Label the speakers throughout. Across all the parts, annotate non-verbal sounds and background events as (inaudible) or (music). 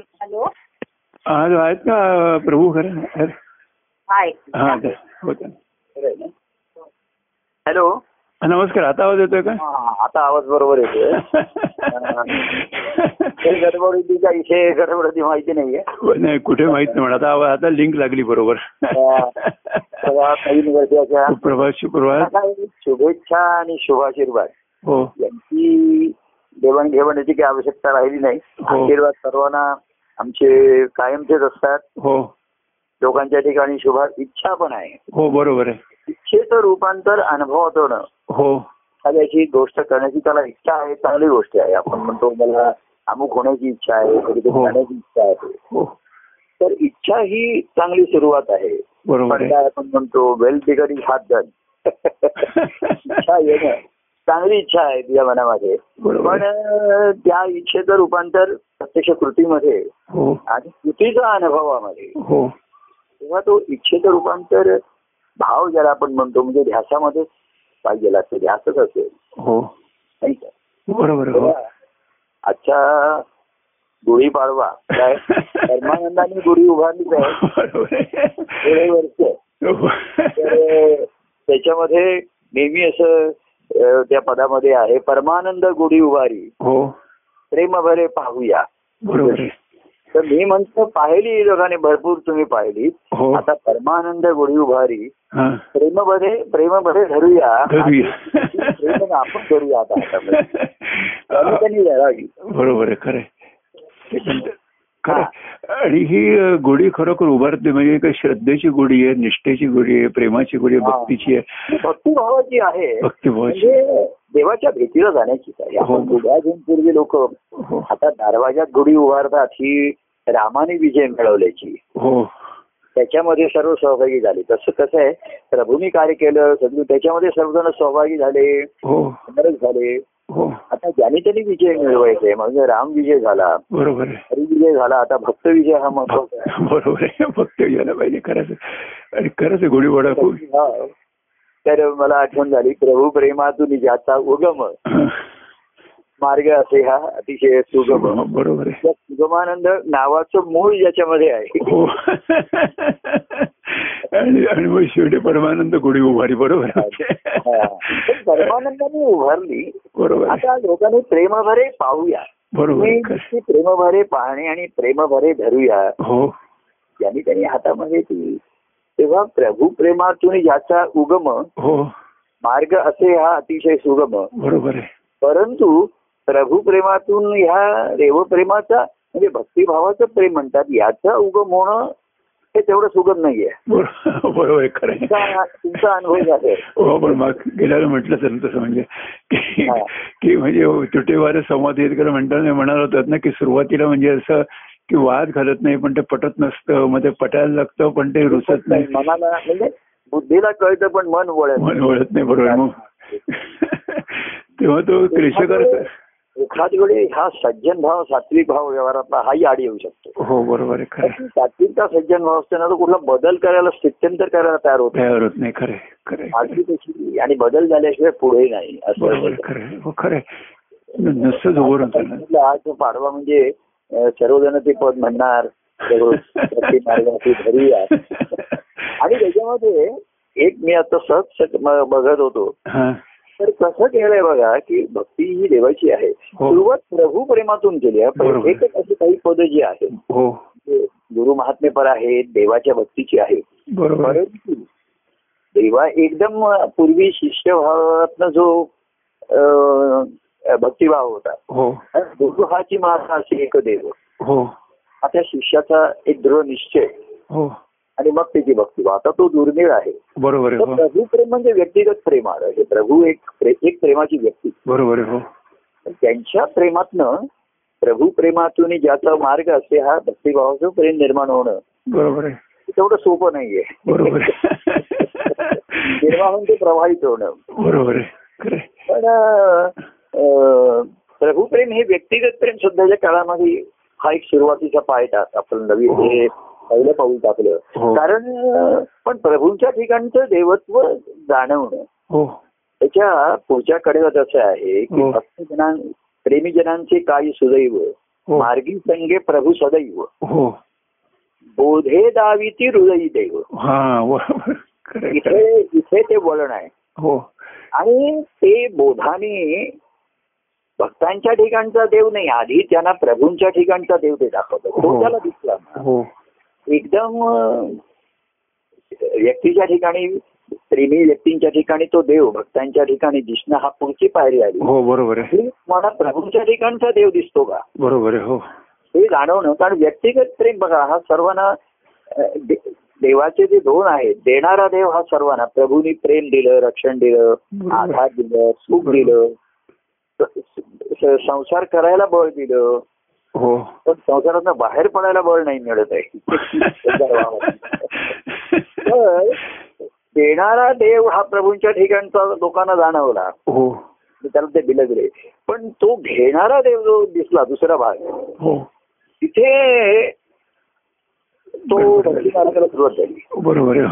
Speaker 1: Hello
Speaker 2: हाँ, तो आज आहेत का प्रभू खरं अरे,
Speaker 1: हाय
Speaker 2: हा ते होतं.
Speaker 3: हॅलो
Speaker 2: हा, नमस्कार आता आवाज येतोय का
Speaker 3: हा, आता आवाज बरोबर येतोय (laughs) हे गडबडीचा विषय गडबडीची माहिती (laughs) नाहीये
Speaker 2: नाही कुठे माहित नाही पण आता आवाज आता लिंक लागली बरोबर
Speaker 3: सगळ्या नवीन वर्षाच्या
Speaker 2: सुप्रभात सुप्रभात
Speaker 3: सगळ्या शुभेच्छा आणि शुभाशीर्वाद
Speaker 2: हो
Speaker 3: यांची देवाणघेवाणीची काही आवश्यकता राहिली नाही
Speaker 2: हो.
Speaker 3: आशीर्वाद सर्वांना आमचे कायमचेच असतात
Speaker 2: हो
Speaker 3: लोकांच्या ठिकाणी शुभा इच्छा पण आहे
Speaker 2: हो बरोबर आहे
Speaker 3: इच्छेचं रूपांतर अनुभवात होणं
Speaker 2: हो
Speaker 3: एखाद्याची गोष्ट करण्याची त्याला इच्छा आहे चांगली गोष्ट आहे आपण म्हणतो मला अमुक होण्याची इच्छा आहे कधीतरी
Speaker 2: हो.
Speaker 3: जाण्याची इच्छा आहे
Speaker 2: हो
Speaker 3: तर इच्छा ही चांगली सुरुवात आहे
Speaker 2: बरोबर
Speaker 3: पण
Speaker 2: आहे
Speaker 3: काय आपण म्हणतो वेल बिगडिंग हात डन
Speaker 2: (laughs)
Speaker 3: इच्छा येणं चांगली इच्छा आहे तुझ्या मनामध्ये
Speaker 2: बरोबर
Speaker 3: पण
Speaker 2: आहे.
Speaker 3: अं, त्या इच्छेचं रूपांतर प्रत्यक्ष कृतीमध्ये
Speaker 2: हो
Speaker 3: आणि कृतीचा अनुभवामध्ये
Speaker 2: हो
Speaker 3: तेव्हा तो इच्छेचं रूपांतर भाव ज्याला आपण म्हणतो म्हणजे ध्यासामध्येच पाहिजे लागतो ध्यासच असेल
Speaker 2: हो
Speaker 3: नाही का?
Speaker 2: बरोबर आहे, हो
Speaker 3: तेव्हा आजच्या गुढी पाडवा काय धर्मानंदाने गुढी उभारलीच आहे
Speaker 2: बरोबर आहे.
Speaker 3: गेले वर्ष तर
Speaker 2: हो.
Speaker 3: अं, त्याच्यामध्ये नेहमी असं अं, त्या पदामध्ये आहे परमानंद गुढी उभारी
Speaker 2: हो
Speaker 3: प्रेम भरे पाहूया
Speaker 2: बरोबर आहे.
Speaker 3: तर मी म्हणतो पाहिली लोकांनी भरपूर तुम्ही पाहिली
Speaker 2: हो
Speaker 3: आता परमानंद गुढी उभारी
Speaker 2: हा.
Speaker 3: प्रेम भरे प्रेम भरे धरूया
Speaker 2: धरूया.
Speaker 3: आणि
Speaker 2: (laughs)
Speaker 3: प्रेम आपण करूया आता हातामध्ये. आणि त्यांनी धरावी
Speaker 2: बरोबर आहे खरं आहे. खरं आहे. आणि ही अ, गुढी खरोखर उभारते म्हणजे काही श्रद्धेची गुढी आहे निष्ठेची गुढी आहे प्रेमाची गुढी आहे
Speaker 3: हा.
Speaker 2: भक्तीची आहे
Speaker 3: भक्तिभावाची आहे
Speaker 2: भक्तिभावाची
Speaker 3: म्हणजे देवाच्या भेटीला जाण्याची काय
Speaker 2: हो.
Speaker 3: आपण गुढ्या घेऊन पूर्वी लोक
Speaker 2: हो
Speaker 3: आता दरवाजात गुढी उभारतात ही रामाने विजय मिळवल्याची
Speaker 2: हो
Speaker 3: त्याच्यामध्ये सर्व सहभागी झाले तसं कसं आहे प्रभूंनी कार्य केलं सगळं त्याच्यामध्ये सर्वजण सहभागी झाले
Speaker 2: हो
Speaker 3: समरस झाले
Speaker 2: हो
Speaker 3: आता ज्याने त्यांनी विजय मिळवायचे म्हणजे राम विजय झाला
Speaker 2: बरोबर आहे
Speaker 3: हरी विजय झाला आता भक्त विजय हा महत्वाचा आहे
Speaker 2: बरोबर आहे भक्त यायला पाहिजे खरंच आहे. आणि खरंच आहे गुढी वडा खूप
Speaker 3: हा. तर मला आठवण झाली प्रभू प्रेमातून ज्याचा उगम मार्ग असे हा अतिशय सुगम
Speaker 2: बरोबर आहे
Speaker 3: त्या सुगमानंद नावाचं मूळ याच्यामध्ये आहे
Speaker 2: (laughs) हो आणि आणि मग शेवटी परमानंद गुढी उभारी बरोबर आहे.
Speaker 3: हा. तर सर्वानंदाने उभारली
Speaker 2: बरोबर आहे.
Speaker 3: आता लोकांनी प्रेमभरे पाहूया
Speaker 2: बरोबर आहे.
Speaker 3: मी
Speaker 2: खरं.
Speaker 3: ती प्रेमभरे पाहणे आणि प्रेमभरे धरूया
Speaker 2: हो
Speaker 3: यांनी त्यांनी हातामध्ये ती तेव्हा प्रभू प्रेमातून याचा उगम
Speaker 2: हो
Speaker 3: मार्ग असे हा अतिशय सुगम
Speaker 2: बरोबर आहे
Speaker 3: परंतु प्रभू प्रेमातून ह्या देवप्रेमाचा म्हणजे भक्तिभावाचं प्रेम म्हणतात याचा उगम होणं हे तेवढं सुगम नाहीये
Speaker 2: बरो- बरोबर आहे खरं आहे.
Speaker 3: तुमचा तुमचा अनुभव झाला
Speaker 2: हो पण मग गेल्याला म्हटलं तर तसं म्हणजे की-
Speaker 3: हा.
Speaker 2: की म्हणजे तुटेवार संवाद येत गेला म्हणताना म्हणाल होतात ना की सुरुवातीला म्हणजे असं की वाद घालत नाही पण ते पटत नसतं मग ते पटायला लागतं पण ते रुचत नाही
Speaker 3: मनाला म्हणजे बुद्धीला कळतं पण मन वळत
Speaker 2: मन वळत नाही बरोबर मग तेव्हा तो क्लेशकर
Speaker 3: एखाद वेळी हा सज्जन भाव सात्विक भाव व्यवहारातला हाही आड येऊ शकतो
Speaker 2: हो बरोबर आहे खरं आहे.
Speaker 3: कारण सात्विकता सज्जन भाव असताना तो कुठला बदल करायला स्थित्यंतर करायला तयार होतो
Speaker 2: तयार होत नाही खरं आहे, खरं आहे, खरं
Speaker 3: आधी
Speaker 2: आहे.
Speaker 3: तशी आणि बदल झाल्याशिवाय पुढे नाही असं
Speaker 2: बरोबर आहे, खरं आहे. हो खरं आहे. न- नसतं उभं राहतं ना.
Speaker 3: म्हटलं, आज तो पाडवा म्हणजे अं, सर्वजण ते पद म्हणणार सर्व प्रति मार्गाची
Speaker 2: (laughs)
Speaker 3: धरूया आणि त्याच्यामध्ये एक मी आता सहज सक- म- बघत होतो
Speaker 2: हा
Speaker 3: तर कसं केलंय बघा की भक्ती ही देवाची आहे
Speaker 2: हो.
Speaker 3: सुरुवात प्रभू प्रेमातून केली आहे
Speaker 2: बरोबर.
Speaker 3: प्रत्येकच अशी काही पद जी आहेत
Speaker 2: हो
Speaker 3: ते गुरु महात्मेपर आहेत देवाच्या भक्तीची आहे
Speaker 2: बरोबर आहे.
Speaker 3: परंतु देवा एकदम पूर्वी शिष्यभावातनं जो अं, भक्तिभाव होता
Speaker 2: हो
Speaker 3: गुरु हाची महात्मा असे एक देव
Speaker 2: हो
Speaker 3: आता शिष्याचा एक दृढ निश्चय
Speaker 2: हो
Speaker 3: आणि मग त्याची भक्तिभाव आता तो दुर्मिळ आहे
Speaker 2: बरोबर आहे
Speaker 3: तर
Speaker 2: हो
Speaker 3: प्रभू प्रेम म्हणजे व्यक्तिगत प्रेम आलं हे प्रभू एक प्रे- एक प्रेमाची व्यक्ती
Speaker 2: बरोबर आहे हो
Speaker 3: पण त्यांच्या प्रेमातनं प्रभू प्रेमातून ज्याचा मार्ग असे हा भक्तिभावाचं प्रेम निर्माण होणं
Speaker 2: बरोबर आहे
Speaker 3: हे तेवढं सोपं नाहीये (laughs)
Speaker 2: बरोबर आहे
Speaker 3: निर्माण ते प्रभावित होणं
Speaker 2: बरोबर आहे खरं आहे.
Speaker 3: पण अं, अं, प्रभुप्रेम हे व्यक्तिगत प्रेम सध्याच्या काळामध्ये हा एक सुरुवातीचा पाय टाक आपण नवीन
Speaker 2: हो.
Speaker 3: हे पहिलं पाऊल टाकलं
Speaker 2: हो.
Speaker 3: कारण अं, पण प्रभूंच्या ठिकाणचं देवत्व जाणवणं
Speaker 2: हो
Speaker 3: त्याच्या पुढच्या कडेवर असं आहे की
Speaker 2: हो.
Speaker 3: भक्तजनां प्रेमीजनांचे काही सुदैव
Speaker 2: हो
Speaker 3: मार्गी संगे प्रभू सदैव
Speaker 2: हो
Speaker 3: बोधे दाविती हृदयी देव
Speaker 2: हा बरोबर करेक्ट
Speaker 3: इथे इथे ते वळण आहे
Speaker 2: हो
Speaker 3: आणि ते बोधाने भक्तांच्या ठिकाणचा देव नाही आधी त्यांना प्रभूंच्या ठिकाणचा देव ते दाखवतो
Speaker 2: हो.
Speaker 3: तो त्याला दिसला ना.
Speaker 2: हो
Speaker 3: एकदम अं, व्यक्तीच्या ठिकाणी प्रेमी व्यक्तींच्या ठिकाणी तो देव भक्तांच्या ठिकाणी दिसणं हा पुढची पायरी आली
Speaker 2: हो बरोबर आहे
Speaker 3: हे मला प्रभूंच्या ठिकाणचा देव दिसतो का
Speaker 2: बरोबर आहे हो
Speaker 3: हे जाणवणं कारण व्यक्तिगत प्रेम बघा हा सर्वांना अं, दे- देवाचे जे धोरण आहेत देणारा देव हा सर्वांना प्रभूनी प्रेम दिलं रक्षण दिलं
Speaker 2: बरोबर.
Speaker 3: आधार दिलं सुख दिलं स- स- संसार करायला बळ दिलं
Speaker 2: हो
Speaker 3: पण संसारातनं बाहेर पडायला बळ नाही मिळत आहे तर देणारा देव हा प्रभूंच्या ठिकाणचा लोकांना जाणवला
Speaker 2: हो
Speaker 3: त्याला ते दिलं गेले पण तो घेणारा देव जो दिसला दुसरा भाग
Speaker 2: हो
Speaker 3: तिथे तो भक्ती मार्गाला सुरुवात झाली
Speaker 2: बरोबर आहे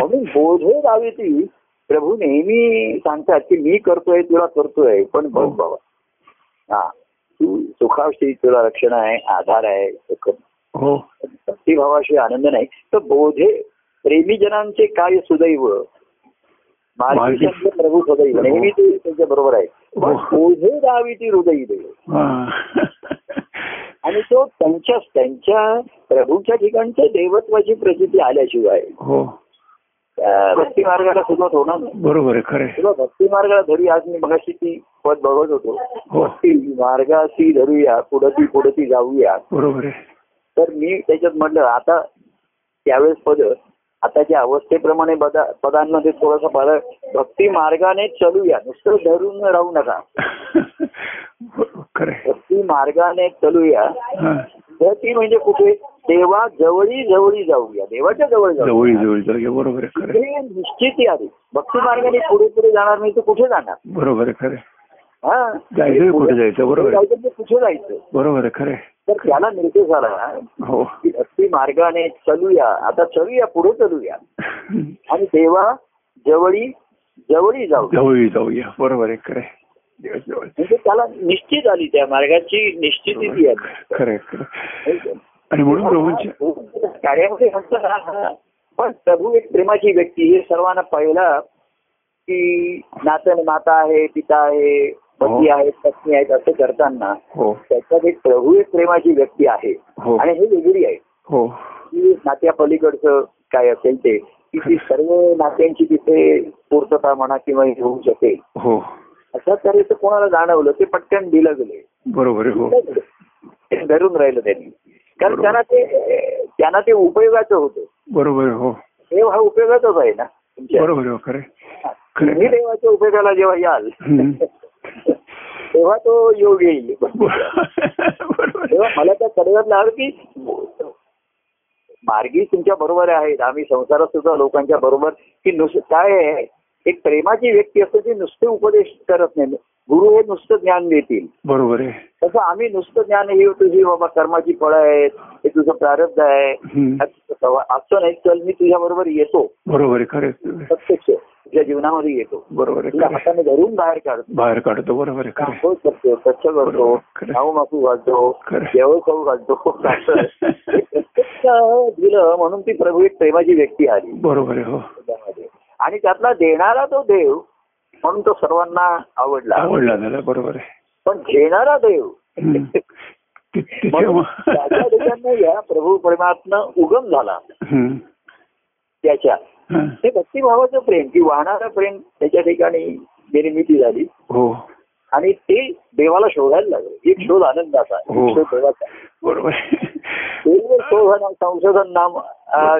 Speaker 2: हो
Speaker 3: म्हणून बोधे गावी ती प्रभू नेहमी सांगतात की मी करतोय तुला करतोय पण बघ बाबा हा तू सुखाविषयी तुला रक्षण आहे आधार आहे
Speaker 2: हो
Speaker 3: भक्तिभावाशिवाय आनंद नाही तर बोधे प्रेमीजनांचे कार्य सुदैव
Speaker 2: मार्गी-
Speaker 3: मार्गदर्शन प्रभू सदैव नेहमी ते त्यांच्या बरोबर आहे पण
Speaker 2: हो.
Speaker 3: बोधे गावी ती हृदयी देव
Speaker 2: हा.
Speaker 3: आणि तो त्यांच्या त्यांच्या प्रभूच्या ठिकाणच्या देवत्वाची प्रसिद्धी आल्याशिवाय
Speaker 2: हो
Speaker 3: त्या भक्ती मार्गाला सुरुवात होणार नाही
Speaker 2: बरोबर आहे खरे
Speaker 3: तेव्हा भक्ती मार्गाला धरूया आज मी मगाशी ती पद बघत होतो
Speaker 2: हो
Speaker 3: ती मार्गाशी धरूया पुढती पुढती जाऊया
Speaker 2: बरोबर आहे
Speaker 3: तर मी त्याच्यात म्हटलं आता त्यावेळेस पद आताच्या अवस्थेप्रमाणे बदा- पदांमध्ये थोडासा फरक भक्ती मार्गाने चलूया नुसतं धरून राहू नका
Speaker 2: खरे
Speaker 3: भक्ती मार्गाने चलूया तर ती म्हणजे कुठे देवा जवळी जवळी जाऊया देवाच्या जवळ
Speaker 2: जवळ
Speaker 3: जाऊया
Speaker 2: जवळ जाऊया बरोबर आहे खरे
Speaker 3: हे निश्चित यादी भक्ती मार्गाने पुढे पुढे जाणार नाही तर कुठे जाणार
Speaker 2: बरोबर आहे खरे
Speaker 3: हा
Speaker 2: जायचं कुठे जायचं बरोबर आहे
Speaker 3: जायचं ते कुठे जायचं
Speaker 2: बरोबर आहे खरे
Speaker 3: तर त्याला निर्देश आला
Speaker 2: हो
Speaker 3: की भक्ती मार्गाने चलूया आता चलूया पुढे चलूया आणि देवा जवळी जवळी जाऊ
Speaker 2: जवळ जाऊया बरोबर आहे खरे देव जवळ
Speaker 3: म्हणजे त्याला निश्चित आली त्या मार्गाची निश्चिती ती आली
Speaker 2: खरे खरे आणि
Speaker 3: हो,
Speaker 2: म्हणून प्रभूंच्या
Speaker 3: कार्यामध्ये फक्त हा- हा. पण प्रभू एक प्रेमाची व्यक्ती हे सर्वांना पहिला की नातन माता आहे पिता आहे पती
Speaker 2: हो.
Speaker 3: आहे पत्नी आहेत असं करताना
Speaker 2: हो
Speaker 3: त्याच्यात एक प्रभू एक प्रेमाची व्यक्ती आहे
Speaker 2: हो
Speaker 3: आणि हे वेगळी आहे
Speaker 2: हो
Speaker 3: की नात्या पलीकडचं काय असेल ते की ती सर्व नात्यांची तिथे पूर्तता म्हणा किंवा हे होऊ शकेल
Speaker 2: हो
Speaker 3: अशा तऱ्हेचं कोणाला जाणवलं ते पटकन दिलं गेले
Speaker 2: बरोबर आहे हो
Speaker 3: ते धरून राहिलं त्यांनी कारण
Speaker 2: बरोबर.
Speaker 3: त्यांना ते त्यांना ते उपयोगाचं होतं
Speaker 2: बरोबर आहे हो
Speaker 3: हे हा उपयोगाचाच आहे ना तुमच्या
Speaker 2: बरोबर आहे हो खरे
Speaker 3: तुम्ही
Speaker 2: खरे
Speaker 3: देवाच्या उपयोगाला जेव्हा याल
Speaker 2: हम्म.
Speaker 3: तेव्हा तो योग येईल
Speaker 2: बरोबर
Speaker 3: तेव्हा
Speaker 2: आहे.
Speaker 3: मला त्या कळवत लागलं की मार्गी तुमच्या बरोबर आहेत आम्ही संसारात सुद्धा लोकांच्या बरोबर की नुसतं काय आहे एक प्रेमाची व्यक्ती असते ती नुसते उपदेश करत नाही गुरु हे नुसतं ज्ञान देतील
Speaker 2: बरोबर आहे
Speaker 3: तसं आम्ही नुसतं ज्ञान हे तुझी बाबा कर्माची फळं आहेत हे तुझं प्रारब्ध आहे
Speaker 2: हम्म.
Speaker 3: असं नाही चल मी तुझ्या बरोबर येतो
Speaker 2: बरोबर आहे खरे
Speaker 3: प्रत्यक्ष तुझ्या जीवनामध्ये येतो
Speaker 2: बरोबर आहे
Speaker 3: तुला
Speaker 2: खरे
Speaker 3: हाताने धरून बाहेर काढतो
Speaker 2: बाहेर काढतो बरोबर आहे खरे
Speaker 3: रांगोळ करतो स्वच्छ करतो
Speaker 2: बरोबर, खरं.
Speaker 3: खाऊ माफू घालतो
Speaker 2: खरं.
Speaker 3: जेवळ खाऊ घालतो
Speaker 2: (laughs)
Speaker 3: असं. हे प्रत्यक्ष दिलं म्हणून ती प्रभू एक प्रेमाची व्यक्ती आली
Speaker 2: बरोबर आहे हो
Speaker 3: त्यामध्ये. आणि त्यातला देणारा तो देव म्हणून तो सर्वांना आवडला
Speaker 2: आवडला त्याला बरोबर आहे
Speaker 3: पण घेणारा देव
Speaker 2: हम्म. ति- तिथे
Speaker 3: म्हणून त्याच्या
Speaker 2: मग-
Speaker 3: ठिकाणी या प्रभू प्रेमातनं उगम झाला
Speaker 2: हम्म.
Speaker 3: त्याच्या
Speaker 2: हा.
Speaker 3: ते भक्तिभावाचं प्रेम की वाहणारं प्रेम त्याच्या ठिकाणी निर्मिती झाली
Speaker 2: हो
Speaker 3: आणि ते देवाला शोधायला लागलं एक शोध आनंदाचा
Speaker 2: हो.
Speaker 3: एक शोध देवाचा
Speaker 2: बरोबर आहे.
Speaker 3: देव शोधन संशोधन नाम अ,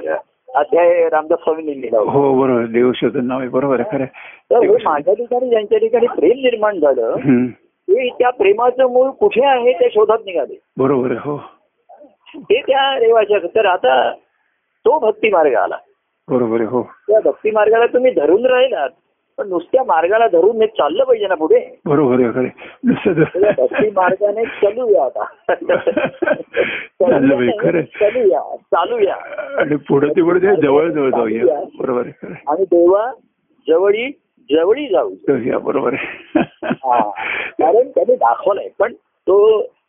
Speaker 3: अध्याय रामदास स्वामींनी लिहिला होता
Speaker 2: हो बरोबर देव शोधन नाव आहे बरोबर आहे खरं आहे.
Speaker 3: तर हे माझ्या ठिकाणी ज्यांच्या ठिकाणी प्रेम निर्माण झालं
Speaker 2: हम्म.
Speaker 3: ते त्या प्रेमाचं मूळ कुठे आहे त्या शोधात निघाले
Speaker 2: बरोबर आहे हो
Speaker 3: ते त्या देवाच्या तर आता तो भक्ती मार्ग आला
Speaker 2: बरोबर आहे हो
Speaker 3: त्या भक्ती मार्गाला तुम्ही धरून राहिलात पण नुसत्या मार्गाला धरून हे चाललं पाहिजे ना पुढे
Speaker 2: बरोबर आहे खरे
Speaker 3: त्या म्हणजे भक्ती मार्गाने चलूया आता
Speaker 2: चाललं बाई, खरं.
Speaker 3: चलूया चालूया
Speaker 2: आणि पुढे ते पुढे जवळ जवळ जाऊया बरोबर आहे खरं आहे.
Speaker 3: आणि देवा जवळी जवळी जाऊ
Speaker 2: जाऊया बरोबर आहे
Speaker 3: हा. कारण त्याने दाखवलंय पण तो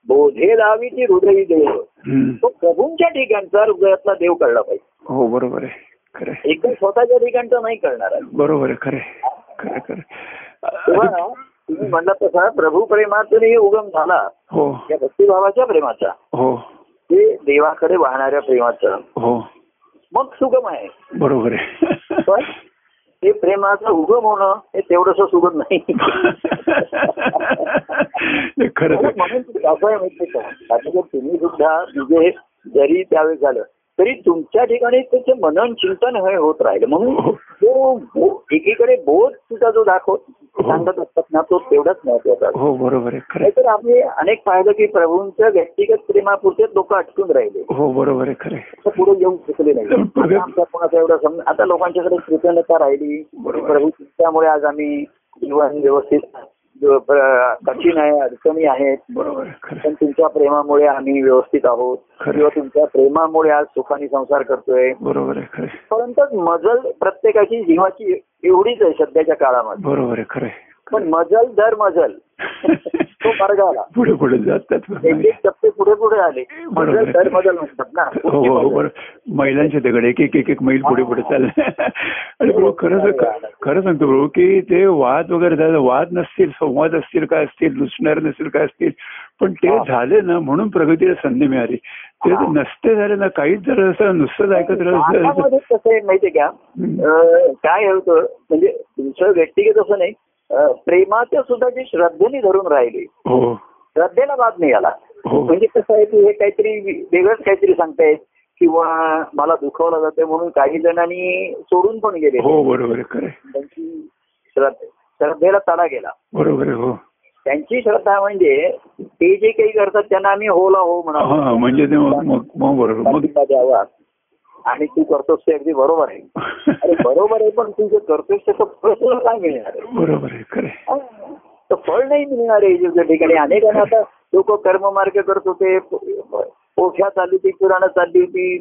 Speaker 3: बोधे लावी ती हृदयी देव
Speaker 2: हम्म.
Speaker 3: तो प्रभूंच्या ठिकाणचा हृदयातला देव कळला पाहिजे
Speaker 2: हो बरोबर आहे खरं आहे.
Speaker 3: एकदम स्वतःच्या ठिकाणचा नाही कळणार आहे.
Speaker 2: बरोबर आहे खरं आहे. खरं खरं
Speaker 3: तेव्हा
Speaker 2: आहे.
Speaker 3: ना, तुम्ही म्हणला तसा प्रभू प्रेमातूनही उगम झाला
Speaker 2: हो
Speaker 3: या भक्तिभावाच्या प्रेमाचा
Speaker 2: हो
Speaker 3: ते देवाकडे वाहणाऱ्या प्रेमाचा
Speaker 2: हो
Speaker 3: मग सुगम आहे
Speaker 2: बरोबर आहे
Speaker 3: पण ते प्रेमाचं उगम होणं हे तेवढंसं सुगम नाही
Speaker 2: (laughs) ते खरंच
Speaker 3: म्हणून
Speaker 2: आहे.
Speaker 3: कसं आहे माहिती का आता जर तुम्ही सुद्धा म्हणजे जरी त्यावेळेस झालं तरी तुमच्या ठिकाणी त्याचे मनन चिंतन हे होत राहिलं म्हणून तो बो- एकीकडे बोध सुद्धा जो दाखवत सांगत असतात ना तो तेवढाच महत्वाचा आहे.
Speaker 2: हो बरोबर आहे खरं
Speaker 3: नाहीतर आम्ही अनेक पाहिलं की प्रभूंच्या व्यक्तिगत प्रेमापुरतेच लोक अटकून राहिले
Speaker 2: आहे. हो बरोबर आहे खरं आहे.
Speaker 3: असं पुढे येऊ
Speaker 2: (laughs)
Speaker 3: शकले नाही आता आमचा कोणाचा एवढा समज आता लोकांच्याकडे कृतज्ञता राहिली
Speaker 2: बरोबर.
Speaker 3: प्रभू त्यामुळे आज आम्ही जीवन व्यवस्थित ज- प्र- कठीण आहे अडचणी आहेत
Speaker 2: बरोबर आहे खरं आहे.
Speaker 3: पण तुमच्या प्रेमामुळे आम्ही व्यवस्थित आहोत
Speaker 2: खरं.
Speaker 3: किंवा तुमच्या प्रेमामुळे आज सुखाने संसार करतोय
Speaker 2: बरोबर आहे खरं आहे.
Speaker 3: परंतु मजल प्रत्येकाची जीवाची एवढीच आहे सध्याच्या काळामध्ये
Speaker 2: बरोबर आहे खरं आहे.
Speaker 3: पण मजल दर मजल तो मार्गाला
Speaker 2: पुढे पुढे जातात
Speaker 3: एक एक टप्पे पुढे पुढे आले
Speaker 2: बरोबर.
Speaker 3: मजल दर मजल म्हणतात ना
Speaker 2: हो हो हो, बरोबर महिलांच्या दगड एक एक एक एक मैल पुढे पुढे चालले आणि प्रभू खरं सांग- खरं सांगतो प्रभू की ते वाद वगैरे झाले वाद नसतील संवाद असतील काय असतील लुसणार नसतील काय असतील पण ते
Speaker 3: हा.
Speaker 2: झाले ना म्हणून प्रगतीला संधी मिळाली ते
Speaker 3: हा.
Speaker 2: नसते झाले ना काहीच जर असं नुसतंच ऐकत राहिलं असं-
Speaker 3: भारतामध्ये कसं आहे माहितीये का
Speaker 2: हम्म.
Speaker 3: अं, काय होतं म्हणजे तुमचं व्यक्तिगत असं नाही अं, प्रेमाच्या सुद्धा जे श्रद्धेने धरून राहिले
Speaker 2: हो
Speaker 3: श्रद्धेला वाद नाही आला
Speaker 2: हो
Speaker 3: म्हणजे कसं आहे की हे काहीतरी वेगळंच काहीतरी सांगतायत किंवा मला दुखवलं जातंय म्हणून काही जणांनी सोडून पण गेले
Speaker 2: हो बरोबर आहे खरं आहे.
Speaker 3: त्यांची श्रद्ध- श्रद्धेला तडा गेला
Speaker 2: बरोबर आहे हो
Speaker 3: त्यांची श्रद्धा म्हणजे ते जे काही करतात त्यांना आम्ही होला हो म्हणा
Speaker 2: हा म्हणजे ते मग मग- मग बरोबर मग
Speaker 3: पाठिंबा द्यावा आणि तू करतोस ते अगदी बरोबर आहे अरे बरोबर आहे पण तू जे करतोस त्याचं फळ तुला काय मिळणार आहे?
Speaker 2: (laughs) बरोबर आहे खरं आहे.
Speaker 3: तर फळ नाही मिळणार आहे ज्या ठिकाणी अनेकांना आता लोक कर्ममार्ग करत होते पोठ्या चालली होती पुराणं चालली होती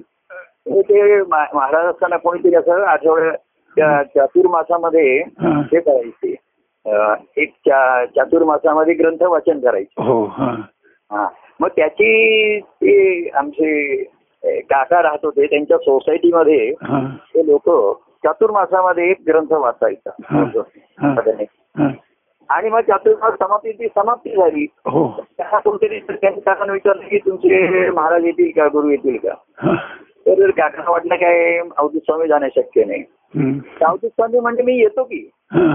Speaker 3: हे ते मा- महाराज असताना कोणीतरी असं आठवड्या त्या चातुर्मासामध्ये
Speaker 2: हा.
Speaker 3: हे करायचे अं, एक चा- चातुर्मासामध्ये ग्रंथ वाचन करायचे
Speaker 2: हो हा
Speaker 3: हा मग त्याची ते आमचे अं, काका राहत होते त्यांच्या सोसायटीमध्ये
Speaker 2: हा
Speaker 3: ते लोक चातुर्मासामध्ये एक ग्रंथ
Speaker 2: हा. हा.
Speaker 3: वाचायचा
Speaker 2: हा
Speaker 3: आणि मग चातुर्मास समाप्ती ती समाप्ती झाली
Speaker 2: हो
Speaker 3: त्यांना कोणतरी त्यांनी काकांना विचारलं की तुमचे महाराज येतील का गुरु येतील का
Speaker 2: हा
Speaker 3: तर काकांना वाटलं काय अवधूत स्वामी जाणे शक्य नाही
Speaker 2: हम्म.
Speaker 3: तर अवधूत स्वामी म्हणजे मी येतो की
Speaker 2: हा.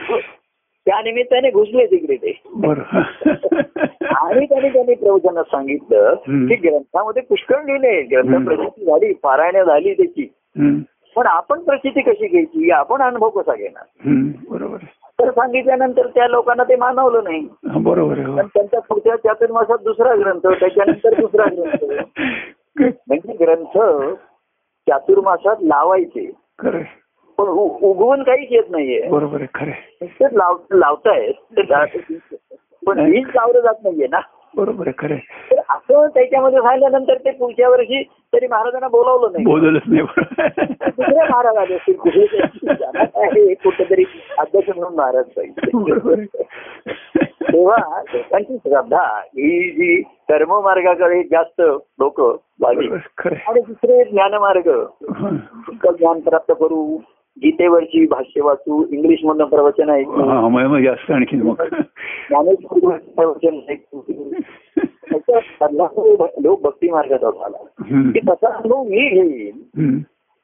Speaker 3: त्या निमित्ताने घुसले तिकडे ते
Speaker 2: बरं
Speaker 3: आणि त्याने त्यांनी प्रवचनात सांगितलं
Speaker 2: हम्म.
Speaker 3: की ग्रंथामध्ये पुष्कळ लिहिले ग्रंथ
Speaker 2: हम्म.
Speaker 3: प्रचिती झाली पारायण झाली त्याची
Speaker 2: हम्म.
Speaker 3: पण आपण प्रचिती कशी घ्यायची आपण अनुभव कसा घेणार
Speaker 2: हम्म. बरोबर आहे.
Speaker 3: तर सांगितल्यानंतर त्या लोकांना ते मानवलं नाही
Speaker 2: हा, बरोबर आहे
Speaker 3: पण
Speaker 2: हो.
Speaker 3: त्यांचा पुढच्या चातुर्मासात दुसरा ग्रंथ त्याच्यानंतर दुसरा ग्रंथ म्हणजे ग्रंथ चातुर्मासात लावायचे
Speaker 2: खरं आहे.
Speaker 3: पण उ- उगवून काहीच येत नाहीये
Speaker 2: बरोबर आहे खरं आहे.
Speaker 3: नुसतेच लाव लावतायत ते झाड- पण बीज लावलं जात नाहीये ना
Speaker 2: बरोबर आहे खरं आहे.
Speaker 3: तर असं त्याच्यामध्ये झाल्यानंतर ते पुढच्या वर्षी तरी महाराजांना बोलावलं नाही
Speaker 2: बोललंच नाही बरोबर
Speaker 3: दुसरे महाराज आले असतील कुठले तरी जाणार आहे, कुठे तरी अध्यक्ष म्हणून महाराज पाहिजे
Speaker 2: आहे.
Speaker 3: तेव्हा लोकांची श्रद्धा ही जी कर्ममार्गाकडे जास्त लोक वागली
Speaker 2: बरोबर खरं आहे.
Speaker 3: आणि दुसरे ज्ञानमार्ग
Speaker 2: हा.
Speaker 3: इतकं ज्ञान प्राप्त करू गीतेवरची भाष्य वाचू इंग्लिश मधनं प्रवचन ऐकू
Speaker 2: हा मग मग जास्त आणखीन मग
Speaker 3: ज्ञानेश्वर गुरूंचं प्रवचन ऐकू त्याचा सल्ला तो लोक भक्ती मार्गाचा झाला
Speaker 2: हम्म.
Speaker 3: की तसा अनुभव मी घेईन
Speaker 2: हम्म.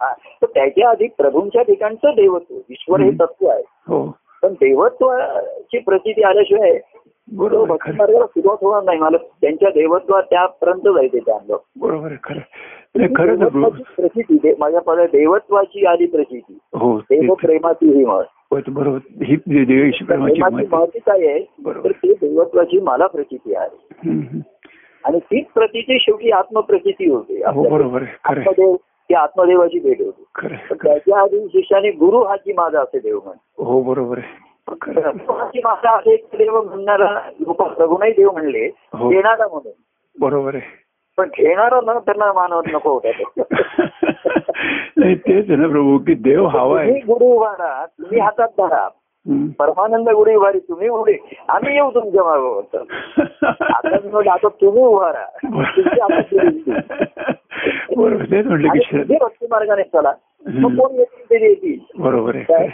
Speaker 3: हा. तर त्याच्या आधी प्रभूंच्या ठिकाणचं देवत्व ईश्वर हे तत्व आहे
Speaker 2: हो
Speaker 3: पण देवत्वाची प्रचिती आल्याशिवाय तो
Speaker 2: बरोबर आहे,
Speaker 3: भक्ती
Speaker 2: खरं आहे.
Speaker 3: मार्गाला सुरुवात होणार नाही मला त्यांच्या देवत्वात त्यापर्यंत जायचे त्या अनुभव
Speaker 2: बरोबर आहे, खरं आहे. नाही खरं ना प्रभू
Speaker 3: देवत्वाची प्रचिती दे- माझ्या पदा देवत्वाची आली प्रचिती
Speaker 2: हो ते
Speaker 3: देव
Speaker 2: तर-
Speaker 3: प्रेमाची ही मळ
Speaker 2: होय, तर बरोबर ही दे- देवाची प्रेमाची
Speaker 3: प्रेमाची
Speaker 2: माहिती
Speaker 3: महती काय आहे
Speaker 2: बरोबर.
Speaker 3: तर ती देवत्वाची मला प्रचिती आहे
Speaker 2: हम्म, हम्म.
Speaker 3: आणि तीच प्रचिती शेवटी आत्मप्रचिती होते
Speaker 2: हो बरोबर आहे, खरं आहे.
Speaker 3: आत्मदेव ती आत्मदेवाची भेट होती
Speaker 2: खरं आहे,
Speaker 3: तर
Speaker 2: खरं आहे.
Speaker 3: त्याच्या आधी शिष्याने गुरु हा की माझा असे देव म्हण
Speaker 2: हो बरोबर आहे खरं आहे.
Speaker 3: प्रभुहाची माझा असे एक देव म्हणणारा लोक प्रभूनाही देव म्हणले
Speaker 2: हो.
Speaker 3: देणारा म्हणून
Speaker 2: बरोबर आहे
Speaker 3: पण घेणारा न त्यांना मानवत नको होता
Speaker 2: नाही तेच हो, आहे ना प्रभू की देव हवा आहे
Speaker 3: तुम्ही गुरु वाढा तुम्ही हातात धरा
Speaker 2: हम्म.
Speaker 3: परमानंद गुढी उभारी तुम्ही उभे आम्ही येऊ तुमच्या मागोवर आता मी म्हटलं आता तुम्ही उभारा तुमची आता सुरु आहे.
Speaker 2: बरोबर तेच म्हटलं की
Speaker 3: आणि
Speaker 2: शरद
Speaker 3: तुम्ही भक्ती मार्गाने चला मग
Speaker 2: हम्म.
Speaker 3: कोण येतील तरी येतील
Speaker 2: बरोबर आहे
Speaker 3: काय?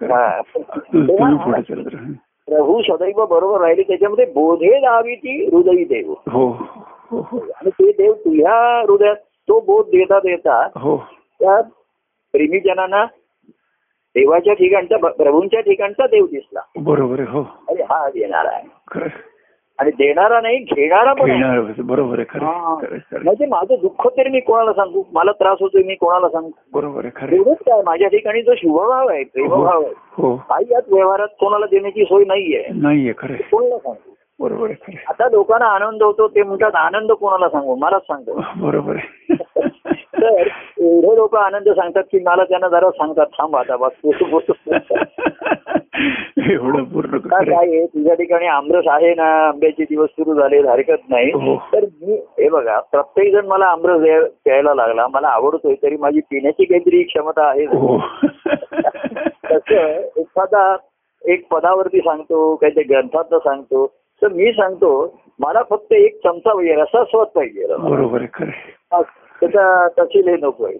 Speaker 2: खरं आहे.
Speaker 3: हा.
Speaker 2: तू- तुम्ही
Speaker 3: तेव्हा
Speaker 2: पुढे चला तर.
Speaker 3: प्रभू सदैव बरोबर राहिले त्याच्यामध्ये बोधे दावी ती हृदयी देव
Speaker 2: हो हो हो
Speaker 3: आणि ते देव तुझ्या हृदयात तो बोध देता देता
Speaker 2: हो
Speaker 3: त्या प्रेमीजनांना देवाच्या ठिकाणचा भ- प्रभूंच्या ठिकाणचा देव दिसला
Speaker 2: बरोबर आहे हो
Speaker 3: अरे हा देणारा आहे
Speaker 2: खरं आहे.
Speaker 3: आणि देणारा नाही घेणारा पण आहे.
Speaker 2: घेणार होतं. बरोबर आहे खरं आहे.
Speaker 3: हा.
Speaker 2: खरं आहे, खरं आहे.
Speaker 3: म्हणजे माझं दुःख तरी मी कोणाला सांगू मला त्रास होतोय मी कोणाला सांगू
Speaker 2: बरोबर आहे खरं आहे.
Speaker 3: एवढंच काय माझ्या ठिकाणी जो शिवभाव आहे प्रेमभाव आहे
Speaker 2: हो
Speaker 3: काही याच व्यवहारात कोणाला देण्याची सोय नाहीये
Speaker 2: नाहीये खरं आहे.
Speaker 3: कोणाला सांगू
Speaker 2: बरोबर आहे खरं
Speaker 3: आता लोकांना आनंद होतो ते म्हणतात आनंद कोणाला सांगू मलाच
Speaker 2: (laughs)
Speaker 3: सांगतो
Speaker 2: आहे. बरोबर आहे
Speaker 3: तर एवढे लोक आनंद सांगतात की मला त्यांना जरा सांगतात थांब आता बस बोलू,
Speaker 2: (laughs)
Speaker 3: बोलू.
Speaker 2: एवढं पूर्ण
Speaker 3: का
Speaker 2: खरं आहे.
Speaker 3: काय आहे तुझ्या ठिकाणी आमरस आहे ना आंब्याचे दिवस सुरू झाले हरकत
Speaker 2: हो.
Speaker 3: नाही तर मी हे बघा प्रत्येक जण मला आमरस द्या- प्यायला लागला मला आवडतोय तरी माझी पिण्याची काहीतरी क्षमता आहे
Speaker 2: हो
Speaker 3: (laughs) तसं एखादा एक पदावरती सांगतो काहीतरी ग्रंथात सांगतो तर मी सांगतो मला फक्त एक चमचा वगैरे रसास्वाद पाहिजे रस.
Speaker 2: बरोबर आहे खरं आहे.
Speaker 3: आज त्याचा तशी लय नकोय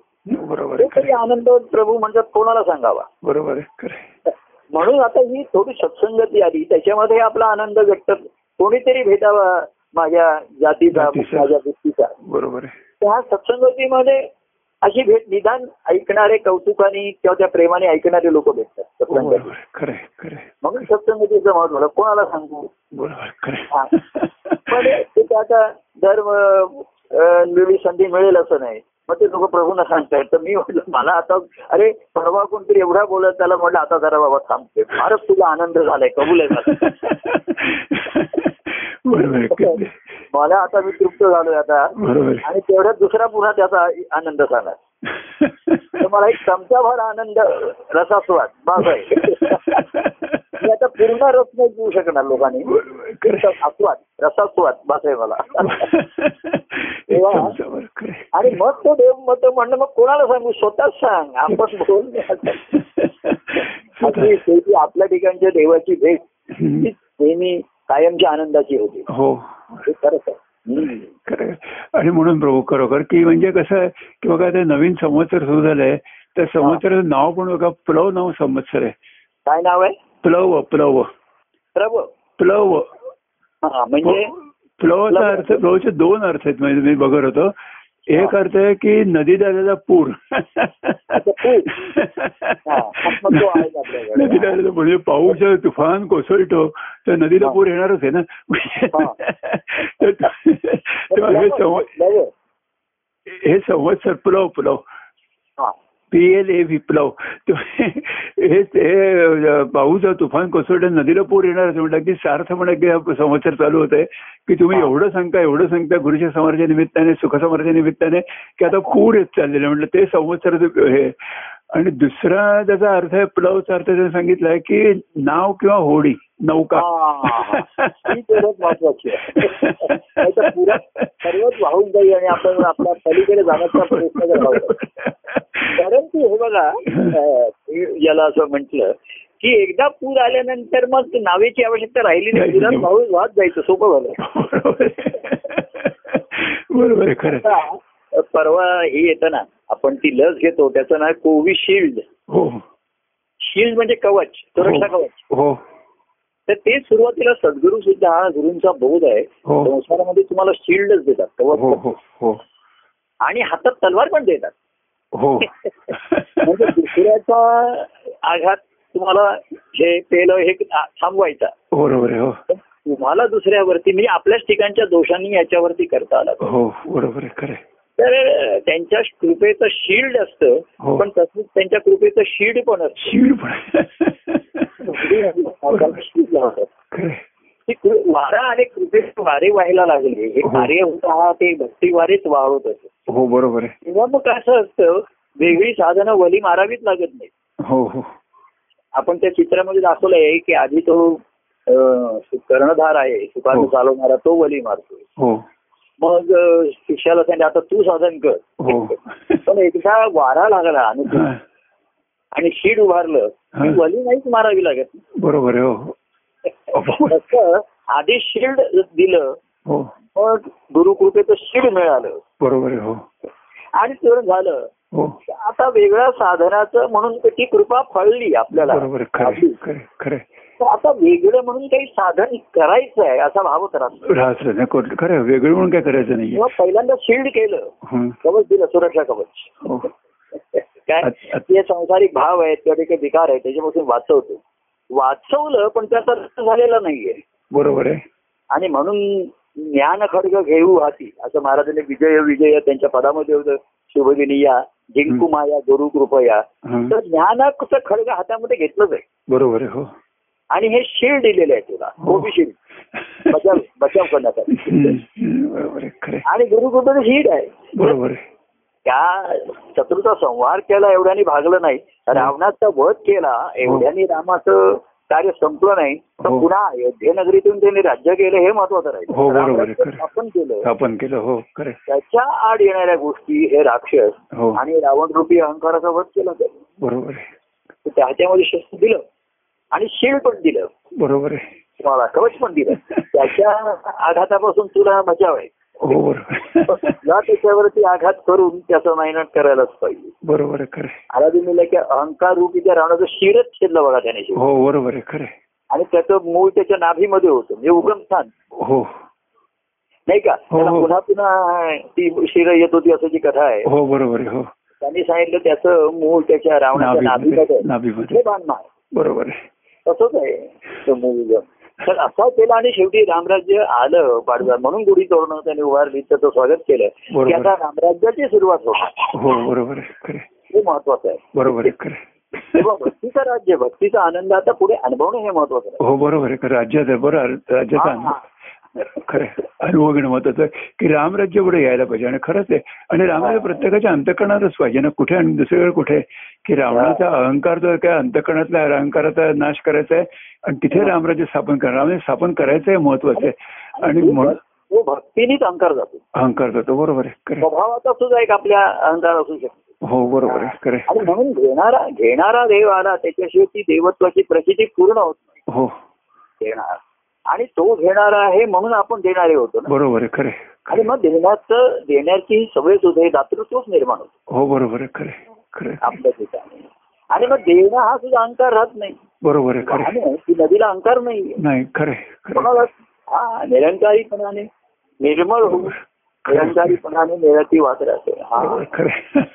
Speaker 2: बरोबर
Speaker 3: ते
Speaker 2: आहे खरं
Speaker 3: तरी
Speaker 2: आहे.
Speaker 3: आनंद प्रभू म्हणतात कोणाला सांगावा
Speaker 2: बरोबर आहे खरं आहे.
Speaker 3: म्हणून आता ही थोडी सत्संगती आली त्याच्यामध्ये आपला आनंद व्यक्त कोणीतरी भेटावा माझ्या जातीचा
Speaker 2: जातीचा.
Speaker 3: माझ्या वृत्तीचा
Speaker 2: बरोबर आहे
Speaker 3: त्या सत्संगतीमध्ये अशी भेट निदान ऐकणारे कौतुकाने किंवा त्या प्रेमाने ऐकणारे लोक भेटतात
Speaker 2: हो, बरोबर
Speaker 3: सत्संगती
Speaker 2: आहे. खरं आहे खरं आहे.
Speaker 3: म्हणून सत्संगतीचं महत्व झालं. कोणाला सांगू
Speaker 2: बरोबर आहे.
Speaker 3: हा. पण
Speaker 2: खरं आहे.
Speaker 3: ते त्या आता धर्म वेळी संधी मिळेल असं नाही मग ते लोक प्रभूंना सांगतायत तर मी म्हटलं मला आता अरे परवा कोणतरी एवढा बोलत त्याला म्हटलं आता जरा बाबा थांबते फारच तुला आनंद झालाय कबूल आहे मला.
Speaker 2: (laughs) बरोबर
Speaker 3: (laughs)
Speaker 2: आहे. किती-
Speaker 3: मला आता मी तृप्त झालोय आता
Speaker 2: बरोबर आहे.
Speaker 3: आणि तेवढ्यात दुसरा पुन्हा त्याचा आनंद झाला तर मला एक चमचाभर आनंद रसास्वाद बास
Speaker 2: (laughs)
Speaker 3: आहे मी आता पूर्ण रस नाही देऊ शकणार लोकांनी
Speaker 2: बरोबर आहे. खरं
Speaker 3: (laughs)
Speaker 2: आहे.
Speaker 3: आस्वाद रसास्वाद बास आहे मला
Speaker 2: एक चमचा बरं, खरं आहे.
Speaker 3: आणि मग तो देव मग तो म्हणणं मग कोणाला सांगू स्वतःच सांग आपण बोल (laughs) आपली शेवटी आपल्या ठिकाणच्या देवाची भेट
Speaker 2: हम्म.
Speaker 3: हीच नेहमी कायमच्या आनंदाची होती
Speaker 2: हो
Speaker 3: हे खरंच आहे हम्म.
Speaker 2: खरं आहे. आणि म्हणून प्रभू खरोखर की म्हणजे कसं आहे की बघा ते नवीन संवत्सर सुरू झालंय त्या संवत्सराचं नाव पण बघा प्लव नाव संवत्सर आहे
Speaker 3: काय नाव आहे
Speaker 2: प्लव प्लव
Speaker 3: प्रभ
Speaker 2: प्लव
Speaker 3: हा म्हणजे
Speaker 2: प्लवाचा अर्थ प्लवाचे दोन अर्थ आहेत म्हणजे मी बघत होतो एक अर्थ आहे की नदीत आलेला पूर
Speaker 3: पूर.
Speaker 2: (laughs)
Speaker 3: हा, मग तो आहेच आपल्याकडे.
Speaker 2: नदीत आलेला म्हणजे पाऊस जर तुफान कोसळतो तर नदीला
Speaker 3: हा.
Speaker 2: पूर येणारच आहे ना
Speaker 3: हा.
Speaker 2: (laughs) तर ते- तेव्हा हे संव-
Speaker 3: प्रभ.
Speaker 2: हे संवत्सर प्लव प्लव
Speaker 3: हा.
Speaker 2: पी एल ए विप्लव तो हे ते पाऊस तुफान कोसळलं नदीला पूर येणार असं म्हटलं की सार्थ म्हणा की हा संवत्सर चालू होत आहे की तुम्ही
Speaker 3: हा.
Speaker 2: एवढं सांगता एवढं सांगता गुरुच्या समोरच्या निमित्ताने सुखसमोरच्या निमित्ताने की आता पूर येत चाललेलं म्हटलं ते संवत्सर हे आणि दुसरा त्याचा अर्थ आहे प्लवचा अर्थ त्याने सांगितला आहे की नाव किंवा होडी नौका
Speaker 3: हा. ही तेवढंच महत्वाची आहे नाहीतर पुरात सर्वच वाहून जाईल आणि आपण आपल्या पलीकडे जाण्याचा प्रयत्न करावा
Speaker 2: (laughs)
Speaker 3: परंतु हे बघा अं, मी याला असं म्हटलं की एकदा पूर आल्यानंतर मग नावेची आवश्यकता राहिली नाही पुरात पाऊस वाहत जायचं सोपं झालं
Speaker 2: बरोबर आहे. (laughs) बरोबर आहे खरं आहे.
Speaker 3: आता, अं, परवा हे येतं ना आपण ती लस घेतो त्याचं नाव कोविशिल्ड
Speaker 2: हो
Speaker 3: शिल्ड म्हणजे कवच सुरक्षा कवच
Speaker 2: हो
Speaker 3: तर ते सुरुवातीला सद्गुरू सुद्धा हा गुरूंचा बोध आहे
Speaker 2: हो.
Speaker 3: संसारामध्ये तुम्हाला शिल्डच देतात
Speaker 2: हो
Speaker 3: कवच
Speaker 2: हो हो
Speaker 3: आणि हातात तलवार पण देतात (laughs)
Speaker 2: हो (laughs)
Speaker 3: म्हणजे दुसऱ्याचा आघात तुम्हाला हे पेलं हे थांबवायचा
Speaker 2: बरोबर आहे हो
Speaker 3: पण तुम्हाला दुसऱ्यावरती म्हणजे आपल्याच ठिकाणच्या दोषांनी याच्यावरती करता आला पाहिजे.
Speaker 2: हो बरोबर आहे खरं आहे.
Speaker 3: तर त्यांच्या कृपेचं शिल्ड असतं
Speaker 2: हो.
Speaker 3: पण तसंच त्यांच्या कृपेचं शीड पण असतं
Speaker 2: शीड पण आहे. बरोबर
Speaker 3: त्याला
Speaker 2: आहे.
Speaker 3: shield लावतात.
Speaker 2: खरं आहे.
Speaker 3: ती कृ- वारा आणि कृपेचे वारे व्हायला लागले हे
Speaker 2: हो.
Speaker 3: कार्य होता हा ते भक्ती वारेच वाहत असत
Speaker 2: हो बरोबर आहे
Speaker 3: तेव्हा मग असं असतं वेगळी साधनं वली मारावीच लागत नाही
Speaker 2: हो हो
Speaker 3: आपण त्या चित्रामध्ये दाखवलंय की आधी तो अं, कर्णधार आहे
Speaker 2: हो.
Speaker 3: सुखाने चालवणारा तो वली मारतो
Speaker 2: हो
Speaker 3: मग अं, शिष्याला सांगितलं आता तू साधन कर
Speaker 2: हो
Speaker 3: पण एकदा वारा लागला आणि
Speaker 2: हा.
Speaker 3: आणि शीड उभारलं
Speaker 2: हा.
Speaker 3: ती वली नाहीच मारावी लागत
Speaker 2: बरोबर आहे हो
Speaker 3: तसं आधी शिल्ड दिलं
Speaker 2: हो
Speaker 3: मग गुरुकृपेचं शिल्ड मिळालं
Speaker 2: बरोबर आहे हो
Speaker 3: आणि तेवढं झालं
Speaker 2: हो
Speaker 3: आता वेगळ्या साधनाचं म्हणून ती कृपा फळली आपल्याला
Speaker 2: बरोबर आहे खरे
Speaker 3: आपली.
Speaker 2: खरे खरे
Speaker 3: तर आता वेगळं म्हणून काही साधन करायचं आहे असा भाव तर असतो
Speaker 2: राहायचं नाही कोण- खरं वेगळं म्हणून काय करायचं नाहीये
Speaker 3: तेव्हा पहिल्यांदा शिल्ड केलं
Speaker 2: हं.
Speaker 3: कवच दिलं सुरक्षा कवच
Speaker 2: हो
Speaker 3: काय
Speaker 2: अच्छा.
Speaker 3: जे संसारिक भाव आहेत किंवा जे काही विकार आहेत त्याच्यापासून वाचवतो वाचवलं पण त्याचा रक्त झालेला नाहीये
Speaker 2: बरोबर आहे
Speaker 3: आणि म्हणून ज्ञान खडग घेऊ हाती असं महाराजांनी विजय विजय त्यांच्या पदामध्ये होतं शुभदिनी या जिंकू माया गुरु कृपया
Speaker 2: हं.
Speaker 3: तर ज्ञानाचं खडग हातामध्ये घेतलंच आहे
Speaker 2: बरोबर आहे हो
Speaker 3: आणि हे शिल्ड दिलेले आहे तुला
Speaker 2: हो.
Speaker 3: गोपी शिल्ड बचाव बचाव करण्यासाठी
Speaker 2: हं, हं, बरोबर आहे खरे
Speaker 3: आणि गुरुकृपेचं शीड आहे
Speaker 2: बरोबर आहे
Speaker 3: त्या शत्रूचा संहार केला एवढ्याने भागलं नाही रावणाचा वध केला एवढ्याने रामाचं कार्य संपलं नाही तर
Speaker 2: हो.
Speaker 3: पुन्हा अयोध्येनगरीतून त्यांनी राज्य केलं हे महत्वाचं
Speaker 2: हो,
Speaker 3: राहील
Speaker 2: बरोबर आहे,
Speaker 3: रावणाचं
Speaker 2: खरं.
Speaker 3: स्थापन केलं
Speaker 2: स्थापन केलं हो खरे
Speaker 3: त्याच्या आड येणाऱ्या गोष्टी हे राक्षस
Speaker 2: हो
Speaker 3: आणि रावण रूपी अहंकाराचा वध केला त्यांनी.
Speaker 2: बरोबर आहे
Speaker 3: तर त्याच्यामध्ये शस्त्र दिलं आणि शिळ पण दिलं
Speaker 2: बरोबर आहे
Speaker 3: तुम्हाला कवच पण
Speaker 2: (laughs)
Speaker 3: दिलं त्याच्या आघातापासून तुला बचाव आहे
Speaker 2: हो बरोबर
Speaker 3: तुला त्याच्यावरती आघात करून त्याचं नायनाट करायलाच पाहिजे
Speaker 2: बरोबर आहे खरे
Speaker 3: आराधी मिला की अहंकार रूपी त्या रावणाचं शिरच छेदलं बघा त्याने शिव.
Speaker 2: हो बरोबर आहे खरे
Speaker 3: आणि त्याचं मूळ त्याच्या नाभीमध्ये होतं म्हणजे उगम स्थान
Speaker 2: हो
Speaker 3: नाही का
Speaker 2: हो,
Speaker 3: त्याला
Speaker 2: हो.
Speaker 3: पुन्हा पुन्हा ती शिर येत होती असं जी कथा आहे
Speaker 2: हो बरोबर आहे हो
Speaker 3: त्यांनी सांगितलं त्याचं मूळ त्याच्या रावणाच्या नाभीमध्ये
Speaker 2: नाभीमध्ये
Speaker 3: आहे.
Speaker 2: नाभीमध्ये
Speaker 3: हे बांधणार
Speaker 2: बरोबर आहे
Speaker 3: तसंच आहे तो मूळ उगम. तर असा केला आणि शेवटी रामराज्य आलं पाडगाव म्हणून गुढी तोरणं त्याने उभारली त्याचं स्वागत केलं की
Speaker 2: बरोबर.
Speaker 3: आता रामराज्याची सुरुवात होणार
Speaker 2: हो बरोबर आहे खरे
Speaker 3: हे महत्वाचं आहे
Speaker 2: बरोबर आहे खरे
Speaker 3: तेव्हा भक्तीचं राज्य भक्तीचा आनंद आता पुढे अनुभवणं हे महत्वाचं आहे
Speaker 2: हो बरोबर आहे खरं राज्यात आहे बरं राज्याचा
Speaker 3: हा,
Speaker 2: अनुभव खरं आहे. अनुभव घेणं महत्वाचं आहे की रामराज्य पुढे यायला पाहिजे आणि खरंच आहे आणि रामाला प्रत्येकाच्या अंतकरणातच पाहिजे ना कुठे आणि दुसरीकडे कुठे की रावणाचा अहंकार जो आहे काय अंतकरणातल्या अहंकाराचा नाश करायचा आहे आणि तिथे रामराज्य स्थापन करा रामराज्य स्थापन करायचं आहे महत्वाचं आहे आणि म्हणून
Speaker 3: तो भक्तीनेच अहंकार जातो
Speaker 2: अहंकार जातो बरोबर आहे खरं आहे.
Speaker 3: स्वभावाचा सुद्धा एक आपल्या अहंकार असू शकतो
Speaker 2: हो बरोबर आहे खरं आहे.
Speaker 3: आणि म्हणून घेणारा घेणारा देव आला त्याच्याशिवाय ती देवत्वाची प्रचिती पूर्ण होत
Speaker 2: हो
Speaker 3: नाही घेणार आणि तो घेणारा आहे म्हणून आपण देणारे होतो ना
Speaker 2: बरोबर आहे खरं आहे.
Speaker 3: आणि मग देण्याचं देण्याची ही सवय सुद्धा दातृत्वच निर्माण होतो
Speaker 2: हो बरोबर आहे खरे खरे
Speaker 3: आपल्या ठिकाणी आणि मग देणं हा सुद्धा अहंकार राहत नाही
Speaker 2: बरोबर आहे खरे
Speaker 3: वाहने की नदीला अहंकार नाही
Speaker 2: नाही खरे खरे
Speaker 3: कोणाला हा निरंकारीपणाने निर्मळ होऊन निरंकारीपणाने निरती वाद राहते हा
Speaker 2: खरे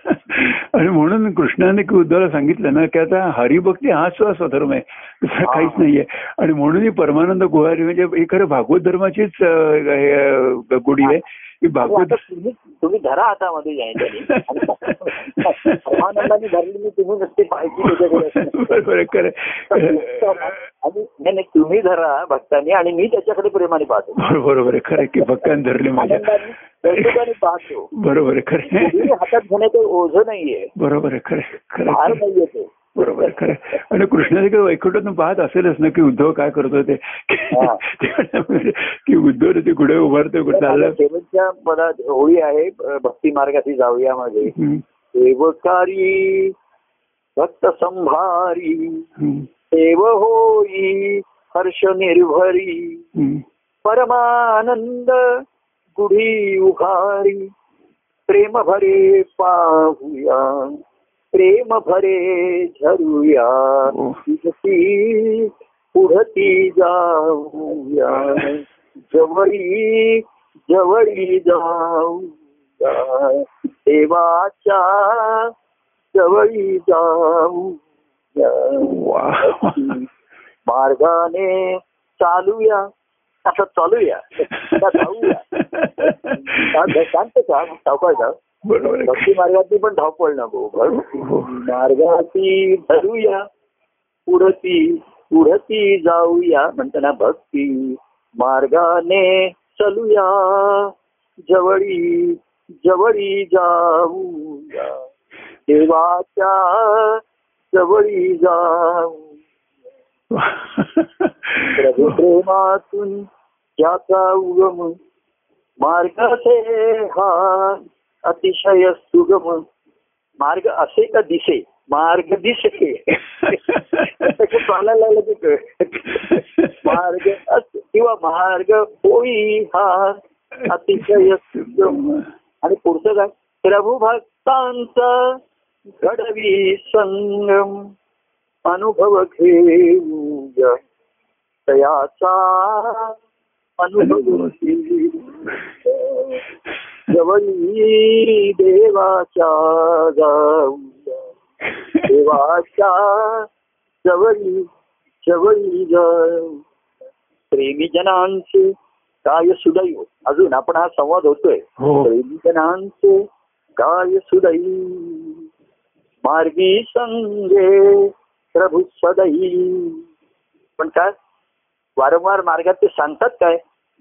Speaker 2: आणि म्हणून कृष्णाने की उद्धवला सांगितलं ना की आता हरिभक्ती हा सुद्धा स्वधर्म आहे दुसरा
Speaker 3: हा.
Speaker 2: काहीच नाहीये आणि म्हणून ही परमानंद गुहारी म्हणजे हे खरं भागवत धर्माचीच अं, हे, अं, गोडी आहे ही
Speaker 3: हो,
Speaker 2: भागवत
Speaker 3: आता तुम्ही तुम्ही धरा हातामध्ये जायचं परमानंदाने धरलेली तुम्ही नसते पाहिजे त्याच्याकडे
Speaker 2: बरोबर आहे खरं आहे.
Speaker 3: आणि नाही नाही, तुम्ही धरा भक्तांनी आणि मी त्याच्याकडे प्रेमाने पाहतो
Speaker 2: बरोबर आहे खरं आहे की भक्तान धरली माझ्या
Speaker 3: आनंदाने कौतुकाने पाहतो
Speaker 2: बरोबर आहे खरं
Speaker 3: तुम्ही
Speaker 2: आहे.
Speaker 3: हातात घेण्याचं ओझ नाहीये
Speaker 2: बरोबर आहे खरं आहे, खरं आहे,
Speaker 3: भार
Speaker 2: खरं आहे.
Speaker 3: नाहीये ते
Speaker 2: बरोबर खरं आहे. आणि कृष्ण देखील वैकुंठातून पाहत असेलच ना की उद्धव काय करतो ते (laughs)
Speaker 3: हा.
Speaker 2: की उद्धव ते कुठे उभारतोय कुठे चाललं
Speaker 3: शेवटच्या मला होळी आहे अ, भक्ती मार्गाची जाऊया मध्ये
Speaker 2: हम्म,
Speaker 3: सेवकारी भक्त संभारी
Speaker 2: हम्म,
Speaker 3: सेव होई हर्ष निर्भरी
Speaker 2: हम्म.
Speaker 3: परमानंद गुढी उघारी प्रेम भरे पाहूया प्रेम भरे झरूया
Speaker 2: हो.
Speaker 3: उगती उडती जाऊया जवळी जवळी जाऊया देवाच्या जवळी जाऊया
Speaker 2: वा.
Speaker 3: मार्गाने चालूया असं चालूया का जाऊया का- शांत का धावपळ जा
Speaker 2: बरोबर आहे.
Speaker 3: भक्ती मार्गातली पण धावपळ नको भर
Speaker 2: हो.
Speaker 3: मार्गाची धरूया उडती उडती जाऊया म्हणताना भक्ती मार्गाने चलूया जवळी जवळी जाऊया देवाच्या जवळी जाऊ प्रभू प्रेमातून ज्याचा उगम मार्गाचे हा अतिशय सुगम मार्ग असे का दिसे मार्ग दिशे चालायला लागलं की कळलं. मार्ग अस- किंवा मार्ग होई हा
Speaker 2: (laughs)
Speaker 3: अतिशय सुगम. आणि पुढचं काय प्रभू भक्तांचा घडवी संगम अनुभव घेऊ तयाचा अनुभव घेऊया. जवळी देवाच्या जाऊया देवाच्या जवळी जवळी जाऊ प्रेमीजनांचे काय सुदैव अजून आपण हा संवाद होतोय
Speaker 2: हो.
Speaker 3: प्रेमीजनांचे काय सुदैव मार्गी संगे प्रभू सदैव पण काय वारंवार मार्गात ते सांगतात काय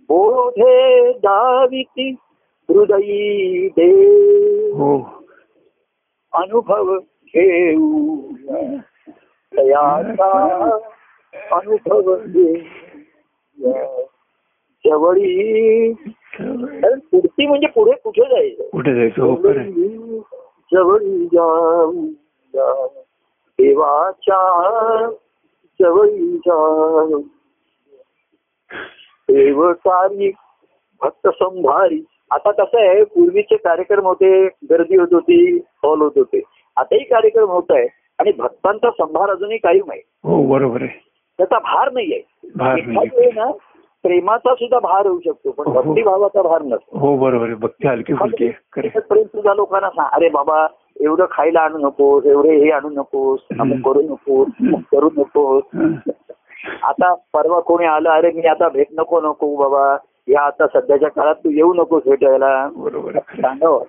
Speaker 3: बोधे दाविती हृदयी दे
Speaker 2: हो
Speaker 3: अनुभव घेऊ तयाचा अनुभव घेऊ जवळी कारण पुढची म्हणजे पुढे कुठे जायचं
Speaker 2: कुठे जायचं हो खरं आहे.
Speaker 3: जवळी जवळी जाऊ देवाच्या जवळी जाऊ देवकारी भक्त संभारी आता कसं आहे पूर्वीचे कार्यक्रम होते गर्दी होत होती हॉल होत होते आताही कार्यक्रम होत आहे आणि भक्तांचा संभार अजूनही कायम आहे
Speaker 2: हो बरोबर आहे
Speaker 3: त्याचा भार नाहीये
Speaker 2: भार
Speaker 3: एखाद
Speaker 2: म्हणजे
Speaker 3: वेळी ना प्रेमाचा सुद्धा भार होऊ शकतो पण
Speaker 2: हो.
Speaker 3: भक्तिभावाचा भार नसतो
Speaker 2: हो बरोबर आहे भक्ती हलकी फुलकी आहे. खरं आहे.
Speaker 3: पर्यंत सुद्धा लोकांना सांग अरे बाबा एवढं खायला आणू नकोस एवढे हे आणू नकोस
Speaker 2: हम्म.
Speaker 3: अमुक करू नकोस अमुक करू नकोस आता परवा कोणी आलं अरे मी आता भेट नको नको बाबा या आता सध्याच्या काळात तू येऊ नकोस भेटायला
Speaker 2: बरोबर आहे, खरं आहे.
Speaker 3: सांगावं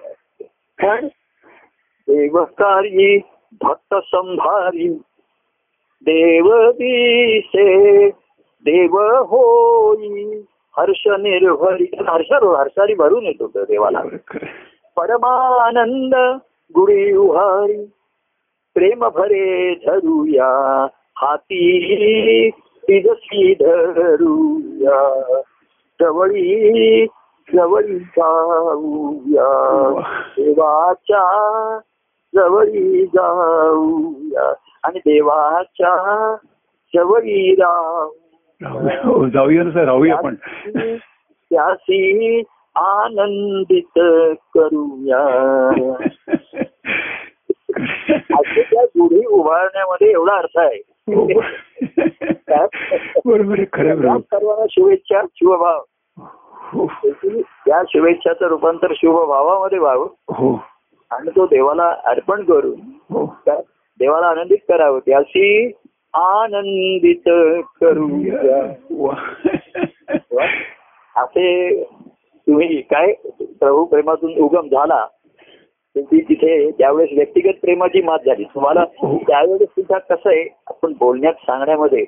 Speaker 3: पण देवकारी भक्त संभारी देव दिसे देव होई हर्ष निर्भरी हर्षारो हर्षारी भरून येतो तो देवाला
Speaker 2: बरोबर आहे, खरं आहे.
Speaker 3: परमानंद गुढी उभारी प्रेम भरे धरूया हाती तिजसी धरूया जवळी जवळी जाऊया
Speaker 2: वाह.
Speaker 3: देवाच्या जवळी जाऊया आणि देवाच्या जवळी राहू
Speaker 2: राहूया. हो, जाऊया ना सर राहूया पण
Speaker 3: त्यासी आनंदित
Speaker 2: (laughs)
Speaker 3: करूया आजच्या गुढी उभारण्यामध्ये एवढा अर्थ आहे
Speaker 2: हो. बरोबर आहे, खरं आहे,
Speaker 3: या
Speaker 2: बरोबर
Speaker 3: सर्वांना शुभेच्छा शुभभाव
Speaker 2: हो
Speaker 3: या शुभेच्छाचं रूपांतर शुभभावामध्ये व्हावं
Speaker 2: हो
Speaker 3: आणि तो देवाला अर्पण करून
Speaker 2: हो
Speaker 3: त्या देवाला आनंदित करावं त्याशी आनंदित करूया
Speaker 2: वा.
Speaker 3: असे तुम्ही काय प्रभू प्रेमातून उगम झाला तर ती तिथे त्यावेळेस व्यक्तिगत प्रेमाची मात झाली तुम्हाला त्यावेळेस सुद्धा कसं आहे आपण बोलण्यात सांगण्यामध्ये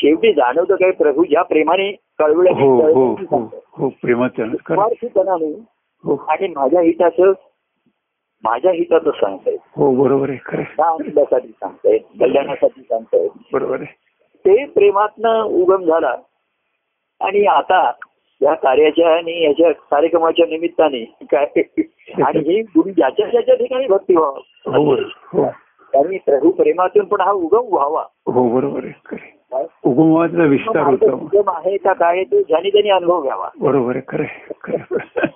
Speaker 3: शेवटी जाणवतं काय प्रभू या प्रेमाने कळवलं
Speaker 2: हो हो हो हो प्रेमाचं आहे, खरं आहे.
Speaker 3: स्वार्थीपणाने
Speaker 2: हो
Speaker 3: आणि माझ्या हिताचं माझ्या हिताचं सांगतायत
Speaker 2: हो बरोबर आहे खरं आहे.
Speaker 3: त्या आनंदासाठी सांगतायत कल्याणासाठी सांगतायत
Speaker 2: बरोबर आहे
Speaker 3: ते प्रेमातनं उगम झाला आणि आता या कार्याच्या आणि याच्या कार्यक्रमाच्या निमित्ताने काय आणि ही गुरु ज्याच्या ज्याच्या ठिकाणी भक्ती
Speaker 2: हो
Speaker 3: व्हावं
Speaker 2: बरोबर हो
Speaker 3: कारण प्रभू प्रेमातून पण हा उगम व्हावा
Speaker 2: हो बरोबर आहे खरं आहे. उगमाचा विस्तार होतो
Speaker 3: उगम आहे का काय ते ज्याने त्याने अनुभव घ्यावा
Speaker 2: बरोबर आहे खरं आहे, खरं आहे.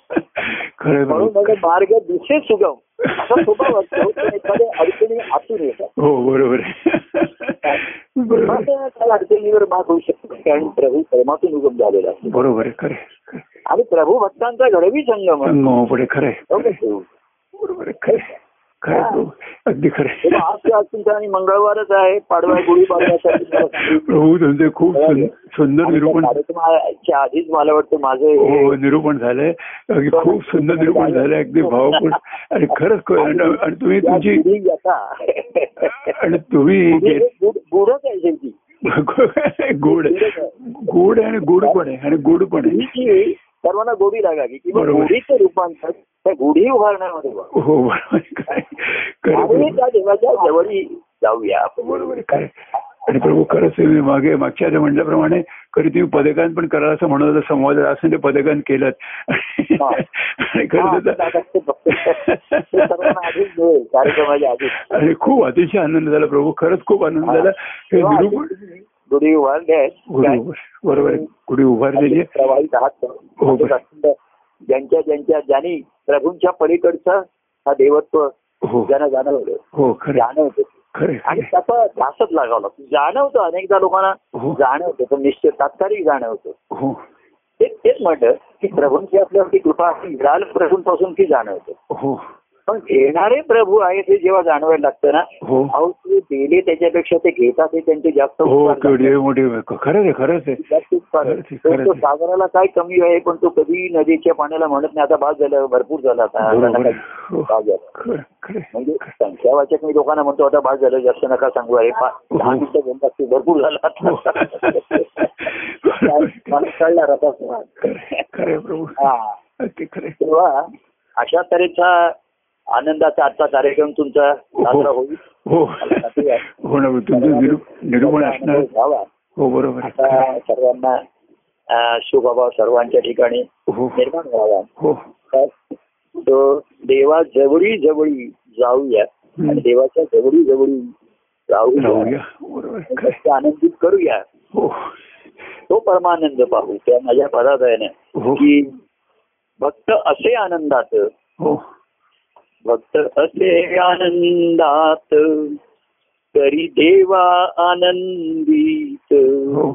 Speaker 2: खरं आहे,
Speaker 3: म्हणून
Speaker 2: बरोबर
Speaker 3: माझा मार्ग दिसे सुगम असा सोपा वाटतो पण एखाद्या अडचणी आतून येतात
Speaker 2: हो बरोबर आहे बरोबर आहे.
Speaker 3: प्रेमाच्या त्या अडचणीवर मात होऊ शकतो कारण प्रभू प्रेमातून उगम झालेला असतो
Speaker 2: बरोबर आहे खरं आहे, खरं आहे.
Speaker 3: आणि प्रभू भक्तांचा घडवी संगम आहे.
Speaker 2: संगमापुढे खरं आहे,
Speaker 3: हो
Speaker 2: खरं
Speaker 3: का
Speaker 2: आहे.
Speaker 3: प्रभू?
Speaker 2: बरोबर आहे खरं आहे. खरं आहे, प्रभू. अगदी खरं आहे.
Speaker 3: तेव्हा आज आज तुमचा आणि मंगळवारच आहे पाडवा गुढी
Speaker 2: (laughs)
Speaker 3: पाडव्यासाठी मला सांगितलं.
Speaker 2: प्रभू तुमचे खूप सुं- सुंदर
Speaker 3: आणि त्या
Speaker 2: निरूपण
Speaker 3: कार्यक्रमाच्या आधीच मला वाटतं माझं हे-
Speaker 2: हो निरूपण झालंय अगदी खूप सुंदर निरूपण झालंय अगदी भावपूर्ण आणि खरंच क- आणि आणि तुम्ही
Speaker 3: या
Speaker 2: तुमची
Speaker 3: गुढी आता
Speaker 2: आणि तुम्ही
Speaker 3: गुढी
Speaker 2: जे-
Speaker 3: हे गुढ- गुढच आहे शेवटी
Speaker 2: (laughs) गोड गोड आणि गोड पण आहे आणि गोड पण आहे
Speaker 3: गुढीची सर्वांना गोडी लागावी किंवा
Speaker 2: बरोबर.
Speaker 3: गुढीचं रूपांतर त्या गुढी उभारण्यामध्ये व्हावं.
Speaker 2: हो बरोबर आहे. काय खरं आहे,
Speaker 3: आणि
Speaker 2: प्रभू.
Speaker 3: त्या देवाच्या जवळी जाऊया आपण
Speaker 2: बरोबर आहे, खरं आहे. आणि प्रभू खरंच आहे. मी मागे मागच्या आधी म्हटल्याप्रमाणे खरी तुम्ही पदगान पण करा असं म्हणत होता संवाद असं ते पदगान केलं
Speaker 3: हा.
Speaker 2: आणि
Speaker 3: हा,
Speaker 2: खरं
Speaker 3: आता ते बघतो. ते सर्वांना आधीच
Speaker 2: तर-
Speaker 3: मिळेल कार्यक्रमाच्या आधीच
Speaker 2: आणि खूप अतिशय आनंद झाला प्रभू खरंच खूप आनंद झाला हे
Speaker 3: तेव्हा
Speaker 2: निरूपण
Speaker 3: आधी गुढी उभारली
Speaker 2: गुढी उभार- बरोबर आहे. गुढी उभारलेली आहे.
Speaker 3: प्रवाहित आहात
Speaker 2: म्हणजे हो, बरं.
Speaker 3: अखंड ज्यांच्या ज्यांच्या ज्यांनी प्रभूंच्या पलीकडचा हा देवत्व
Speaker 2: हो
Speaker 3: ज्यांना जाणवलं
Speaker 2: हो खरं
Speaker 3: जाणवत
Speaker 2: खरं
Speaker 3: आणि
Speaker 2: खरं.
Speaker 3: त्याचा ढासच लागावला जाणवतं अनेकदा लोकांना
Speaker 2: हो
Speaker 3: जाणवतं पण निश्चित तात्कालिक जाणवतं
Speaker 2: हो
Speaker 3: ते तेच म्हटलं की प्रभूंची आपल्यावरती कृपा आहे जाल प्रभूंपासून ती जाणवतं
Speaker 2: हो
Speaker 3: पण घेणारे प्रभू आहेत हे जेव्हा जाणवायला लागतं ना
Speaker 2: हो
Speaker 3: अहो ते दिले त्याच्यापेक्षा ते घेतात हे त्यांचे जास्त
Speaker 2: हो
Speaker 3: उपकार
Speaker 2: केवढी आहे, मोठी आहे. खरंच आहे खरंच आहे
Speaker 3: जास्त उपकार.
Speaker 2: खरंच आहे,
Speaker 3: तो
Speaker 2: खरंच
Speaker 3: तो
Speaker 2: आहे.
Speaker 3: सागराला काय कमी आहे पण तो कधी नदीच्या पाण्याला म्हणत नाही आता बाद झालं भरपूर झाला आता आता
Speaker 2: बरोबर
Speaker 3: नका
Speaker 2: आहे. हो
Speaker 3: बाद झाला
Speaker 2: खरं खरं आहे.
Speaker 3: म्हणजे संख्यावाचक मी लोकांना म्हणतो आता बाद झालं जास्त नका सांगू आहे पा- दहा
Speaker 2: हो.
Speaker 3: मिनिटं बोलतात ते भरपूर झालं
Speaker 2: हो.
Speaker 3: आता.
Speaker 2: खरं
Speaker 3: मला कळणार आता
Speaker 2: आहे, खरं आहे प्रभू
Speaker 3: हा
Speaker 2: ते खरं आहे.
Speaker 3: तेव्हा अशा तऱ्हेचा आनंदाचा आजचा कार्यक्रम तुमचा साजरा होईल
Speaker 2: हो हो ना तुमचं निरू- निरूपण असणार
Speaker 3: आनंद घ्यावा
Speaker 2: हो बरोबर आहे. खरं आहे.
Speaker 3: आता सर्वांना अं, शुभभाव सर्वांच्या ठिकाणी
Speaker 2: हो
Speaker 3: निर्माण व्हावा
Speaker 2: हो
Speaker 3: तर तो देवा जवळी जवळी जाऊया आणि देवाच्या जवळी जवळी जाऊया
Speaker 2: राहूया बरोबर आहे. खरं आहे.
Speaker 3: त्याचा आनंदित करूया
Speaker 2: हो
Speaker 3: तो परमानंद पाहू त्या माझ्या पदादयाने
Speaker 2: हो
Speaker 3: की भक्त असे आनंदात
Speaker 2: हो
Speaker 3: भक्त असे आनंदात तरी देवा आनंदित
Speaker 2: हो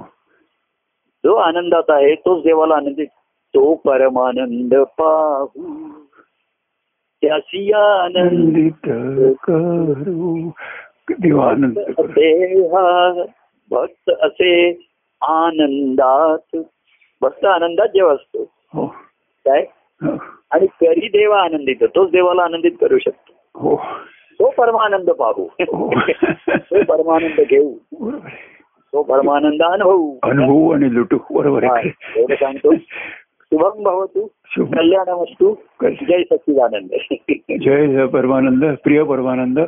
Speaker 3: जो आनंदात आहे तोच देवाला आनंदित तो परमानंद पाहू त्यासी आनंद
Speaker 2: आनंदित करू देवा आनंद करू.
Speaker 3: असे हा भक्त असे आनंदात भक्त आनंदात जेव्हा असतो
Speaker 2: हो
Speaker 3: काय
Speaker 2: हो.
Speaker 3: आणि करी देवा आनंदित तोच देवाला आनंदित करू शकतो
Speaker 2: हो
Speaker 3: तो परमानंद पाहू
Speaker 2: हो.
Speaker 3: तो परमानंद घेऊ
Speaker 2: बरोबर आहे.
Speaker 3: तो परमानंद अनुभवू
Speaker 2: अनुभवू आणि लुटू बरोबर
Speaker 3: हा,
Speaker 2: आहे
Speaker 3: एवढं सांगतो शुभम भवतु
Speaker 2: शुभ
Speaker 3: कल्याण वस्तू जय सच्चिदानंद
Speaker 2: जय जय परमानंद प्रिय परमानंद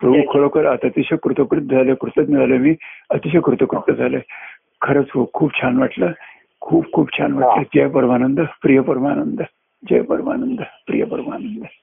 Speaker 2: प्रभू खरोखर आता अतिशय कृतकृत झाले कृतज्ञ झाले मी अतिशय कृतकृत झाले खरंच खूप खूप छान वाटलं खूप खूप छान वाटलं जय परमानंद प्रिय परमानंद जय परमानंद प्रिय परमानंद